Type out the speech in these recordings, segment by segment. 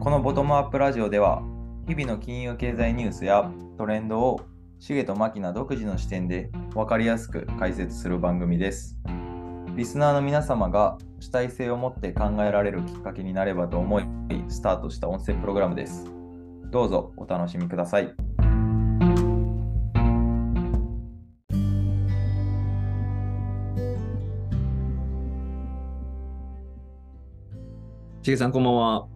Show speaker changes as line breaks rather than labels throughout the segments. このボトムアップラジオでは日々の金融経済ニュースやトレンドをシゲとマキナ独自の視点で分かりやすく解説する番組ですリスナーの皆様が主体性を持って考えられるきっかけになればと思いスタートした音声プログラムですどうぞお楽しみください
しげさん、こんばんは。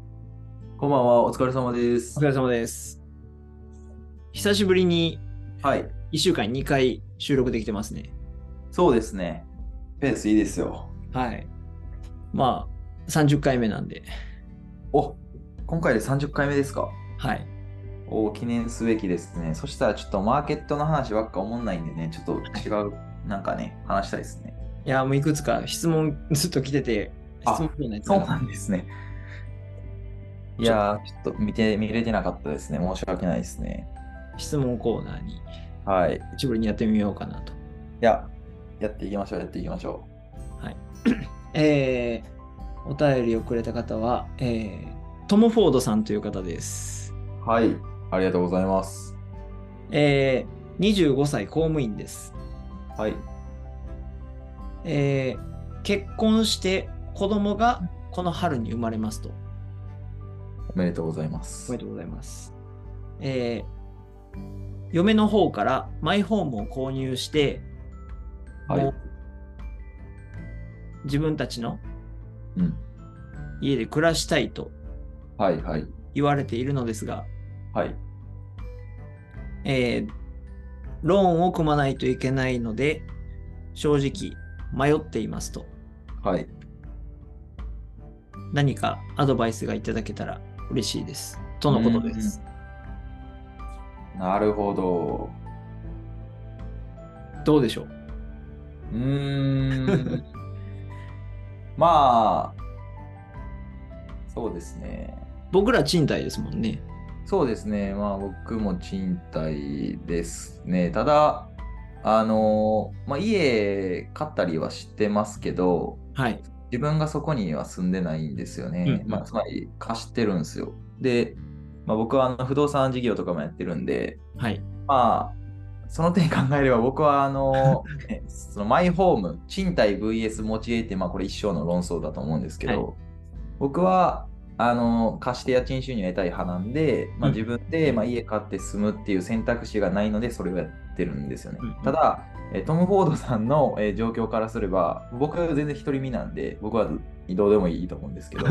こんばんはお疲れ様です
お疲れ様です。久しぶりに
はい
1週間に2回収録できてますね。
そうですねペースいいですよ
はい。まあ、30回目なんで、
お今回で30回目ですか
はい。
を記念すべきですね。そしたらちょっとマーケットの話ばっか思んないんでね、ちょっと違う、なんかね、話したいですね。
いや、もういくつか質問 ずっと来てて、
あ
質問来ないです
そうなんですね。いやー、ちょっと見て、見れてなかったですね。申し訳ないですね。
質問コーナーに、
はい。い
一ぶりにやってみようかなと。
や、やっていきましょう、やっていきましょ
えー、お便りをくれた方は、えー、トム・フォードさんという方です。
う。はい。ありがとうございます。
えー、25歳公務員です。
はい。
えー結婚して子供がこの春に生まれますと。
おめでとうございま
お
す
めで。とうございます。えー嫁の方からマイホームを購入して、
はい
もう自分たちの
うん。
家で暮らしたいと
はい、はい。
言われているのですが、
はい。
えーローンを組まないといけないので、正直迷っていますと。
はい。
何かアドバイスがいただけたら嬉しいです。とのことです。
なるほど。
どうでしょう
うーんまあ、そうですね。
僕ら賃貸ですもんね。
そうですね。まあ、僕も賃貸ですね。ただ、あの、まあ、家買ったりはしてますけど、
はい。
自分がそこには住んでないんですよね。
うんうん
まあ、つまり貸してるんですよ。で、まあ、僕はあの不動産事業とかもやってるんで、
はい。
まあ、その点考えれば僕はあ の、ねそのマイホーム、賃貸 VS 持ち家って、まあこれ一生の論争だと思うんですけど、僕はあの貸して家賃収入を得たい派なんで、まあ、
うん
自分で、まあ、家買って住むっていう選択肢がないのでそれをやってるんですよね。
うん
ただ、えートム・フォードさんの、えー状況からすれば僕は全然独り身なんで僕はどうでもいいと思うん ですけど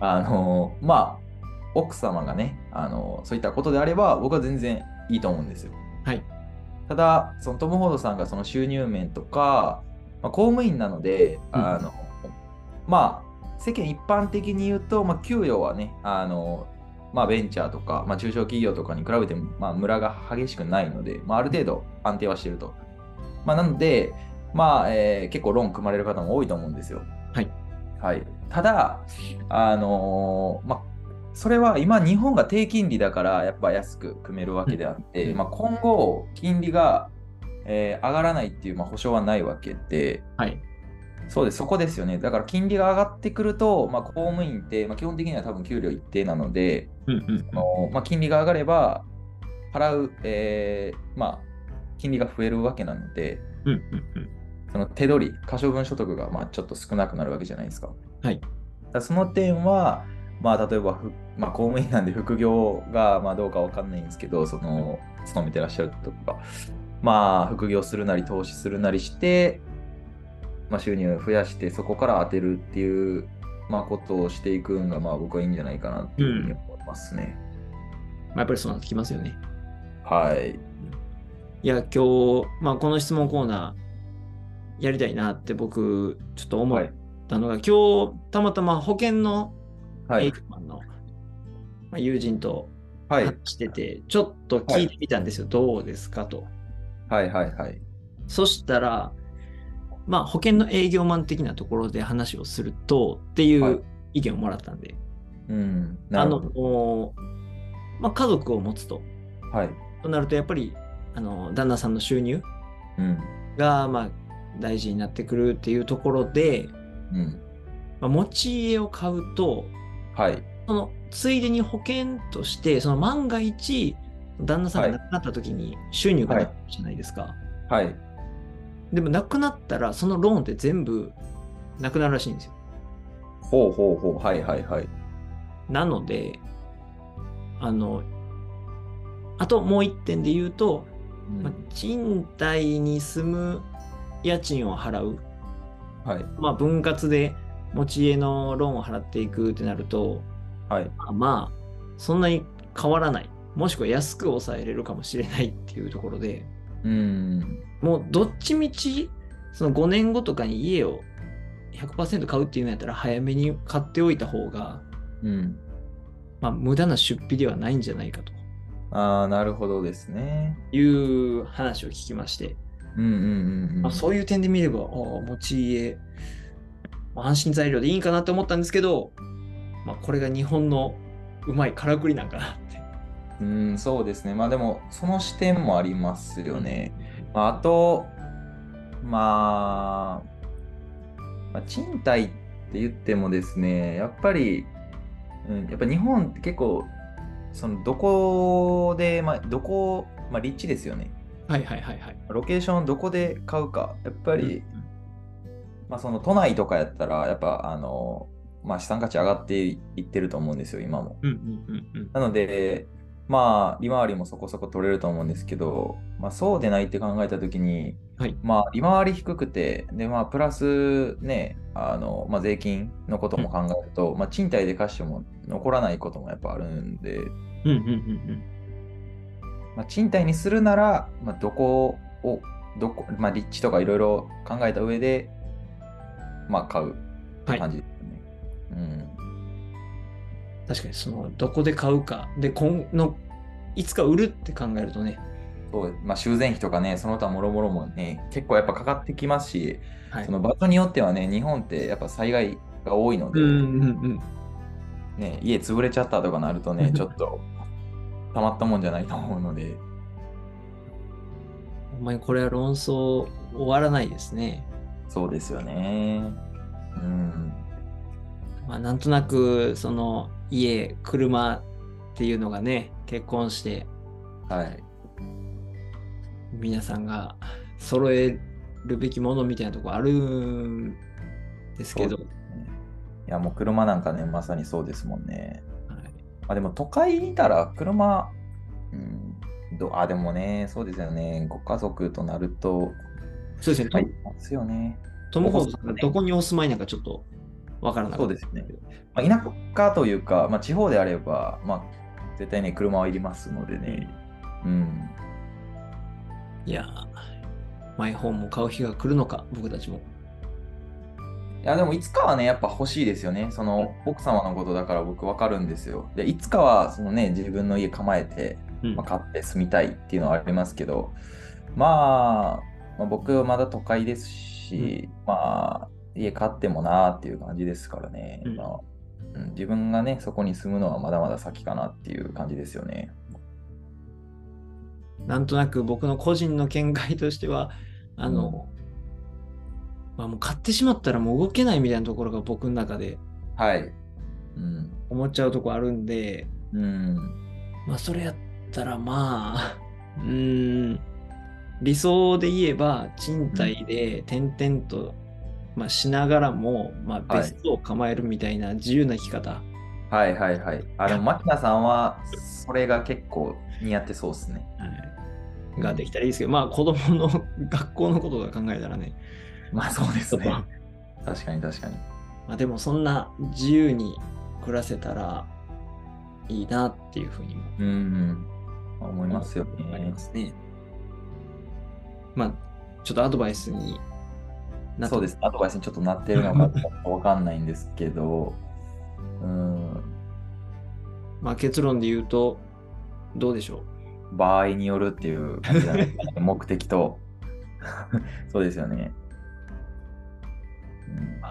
あのまあ奥様がねあのそういったことであれば僕は全然いいと思うんですよ。
はい
ただそのトム・フォードさんがその収入面とか、まあ、公務員なので、
うん
あのまあ世間一般的に言うと、まあ、給与はねあの、まあ、ベンチャーとか、まあ、中小企業とかに比べて、まあ、ムラが激しくないので、まあ、ある程度安定はしてると。まあ、なので、まあえー結構ローン組まれる方も多いと思うんですよ。
はい
はい、ただ、あのーまあ、それは今日本が低金利だからやっぱ安く組めるわけであって、
うん
まあ、今後金利が、えー上がらないっていう、まあ、保証はないわけで
はい。
そうですそこですよねだから金利が上がってくると、まあ、公務員って、まあ、基本的には多分給料一定なので、
うんうん
あのまあ、金利が上がれば払う、えーまあ、金利が増えるわけなので
うんうんうん。
その手取り可処分所得がまあちょっと少なくなるわけじゃないですか。
はい
だからその点はまあ、例えばふ、まあ、公務員なんで副業がまあどうかわかんないんですけど、その勤めてらっしゃるとか、まあ、副業するなり投資するなりして、まあ、収入を増やして、そこから当てるっていう、まあ、ことをしていくんが、まあ、僕はいいんじゃないかなっていうふうに思いますね。
まあ、やっぱりそうなってきますよね。
はい。
いや、今日、まあ、この質問コーナーやりたいなって僕、ちょっと思ったのが、今日、たまたま保険の
は
営
い。
業マンの、まあ、友人と
はい。
話してて、ちょっと聞いてみたんですよ。どうですかと。
はい。はい。はい。
そしたら、まあ、保険の営業マン的なところで話をするとってい
はいう
意見をもらったんで、
うん。
あ
なる
の
ほど。、
まあ、家族を持つと。
はい。
となると、やっぱり、あの、旦那さんの収入
うん。
が、まあ、大事になってくるっていうところで、
うん。
まあ、持ち家を買うと
はい。
そのついでに保険として、その万が一、旦那さんが亡くなった時に収入がなくなるじゃないですか。
はい。
でもなくなったら、そのローンって全部なくなるらしいんですよ。
ほうほうほう。はいはいはい。
なので、あの、あともう一点で言うと、
うん
まあ賃貸に住む家賃を払う、
はい。
まあ、分割で持ち家のローンを払っていくってなると、
はい。
まあ、まあそんなに変わらない、もしくは安く抑えれるかもしれないっていうところで、
うん。
もうどっちみち、その5年後とかに家を100%買うっていうのやったら、早めに買っておいた方が、
うん。
まあ、無駄な出費ではないんじゃないかと
ああ、なるほどですね。
いう話を聞きまして、
うんうんうん、うん。
まあ、そういう点で見れば、ああ持ち家、まあ安心材料でいいかなって思ったんですけど、まあ、これが日本のうまいからくりなんかなって。
うん、そうですね。まあでも、その視点もありますよね。まあ、あと、まあ、まあ賃貸って言ってもですね、やっぱり、うん、やっぱ日本って結構、そのどこで、まあ、どこ、まあ、立地ですよね。
はいはいはいはい。
ロケーションどこで買うか、やっぱり、
うん
まあ、その都内とかやったら、やっぱ、あの、まあ、資産価値上がっていってると思うんですよ、今も。
うんうんうんうん。
なので、まあ、利回りもそこそこ取れると思うんですけど、まあ、そうでないって考えたときに、
はい
まあ、利回り低くて、で、まあ、プラスね、あの、まあ、税金のことも考えると、まあ、賃貸で貸しても残らないこともやっぱあるんで、
うんうんうん
まあ、賃貸にするなら、まあ、どこを、どこ、まあ、立地とかいろいろ考えた上で、まあ、買う
はい
感じですよね。うん。
うん。確かにそのどこで買うかで今のいつか売るって考えるとね。
そう、まあ、修繕費とかね、その他もろもろもね、結構やっぱかかってきますし、
はい、
その場所によってはね、日本ってやっぱ災害が多いの
う
で、
んうんうん。
ね、家潰れちゃったとかなると ね、ちょっとたまったもんじゃないと思うので、
ほんまにこれは論争終わらないですね。
そうですよね。うん。
まあ、なんとなくその家車っていうのがね結婚して
はい。
皆さんが揃えるべきものみたいなとこあるんですけど、
そいや、もう車なんかね、まさにそうですもんね。
はい
まあでも都会にいたら車、うん、どあ、でもね、そうですよね。ご家族となると、
そうですね、
まあ、いますよね。
トム・ホーズさんがどこにお住まいなのかちょっとわからなかった
そうですまあ、田舎というか、まあ、地方であれば、まあ、絶対ね、車はいりますのでね。うん。
いやーマイホームを買う日が来るのか僕たちも
いやでもいつかはねやっぱ欲しいですよねその奥様のことだから僕わかるんですよでいつかはそのね自分の家構えて、
うん
まあ、買って住みたいっていうのはありますけどまあ、まあ僕はまだ都会ですし、まあ家買ってもなーっていう感じですからね、
うん
まあうん自分がねそこに住むのはまだまだ先かなっていう感じですよね
なんとなく僕の個人の見解としてはあの、まあ、もう買ってしまったらもう動けないみたいなところが僕の中で
はいうん
思っちゃうとこあるんで
うん
まあそれやったらまあ うーん理想で言えば賃貸で転々と、まあ、しながらも、まあ、
はい
別荘を構えるみたいな自由な生き方、
はいはいはいあでも牧野さんはそれが結構似合ってそうですね
はいができたらいいですけど、まあ子供の 学校のことが考えたらね
まあそうですね
ちょっ。
確かに確かに。
まあ、でもそんな自由に暮らせたらいいなっていうふうにも
うん、うん。思いますよ
あり
ね
ま。すね。まあちょっとアドバイスになった
そうです。アドバイスにちょっとなってるのかちょっとわかんないんですけど、うん、
まあ、結論で言うとどうでしょう
場合によるっていう感じなんですかね目的と。 そうですよね。うん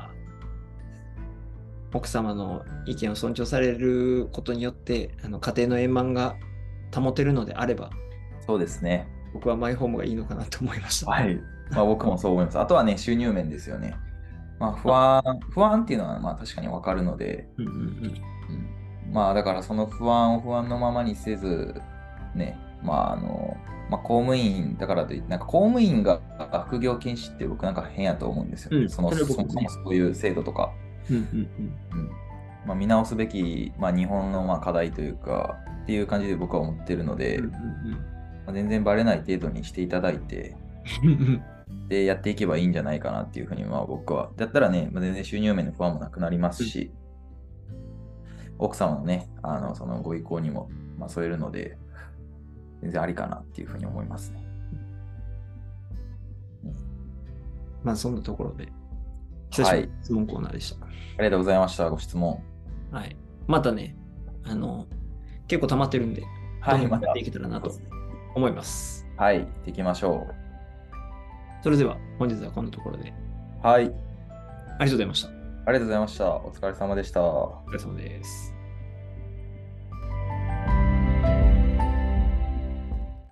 奥様の意見を尊重されることによってあの家庭の円満が保てるのであれば
そうですね。
僕はマイホームがいいのかなと思いました。
はい。まあ僕もそう思います。あとはね、収入面ですよね。まあ不安、不安っていうのはまあ確かにわかるので、
うんうんうん
うんまあだからその不安を不安のままにせず、ね、まああの、まあ公務員だからといって、なんか公務員が副業禁止って僕なんか変やと思うんですよね。
うん
その
それ
そ
は僕も
もそもそういう制度とか。
うんうん
うんまあ、見直すべき、まあ、日本のまあ課題というか、っていう感じで僕は思ってるので、
うん
まあ、全然バレない程度にしていただいて、
うんうん
で、やっていけばいいんじゃないかなっていうふうに、まあ僕は。だったらね、まあ、全然収入面の不安もなくなりますし、奥様のね、あの、そのご意向にも、まあ添えるので、全然ありかなっていうふうに思いますね。
まあそんなところで、久しぶりの質問コーナーでした。
ありがとうございました。ご質問。
はい。またね、あの、結構溜まってるんで、
はい、
どんど
ま
んや
た
って。いけたらなと思います。
はい、行っていきましょ
それでは、本日はこんなところで、
う。はい、あり
ありがとうございました。
がとうございました。お疲れ様でした。
お疲れ様です。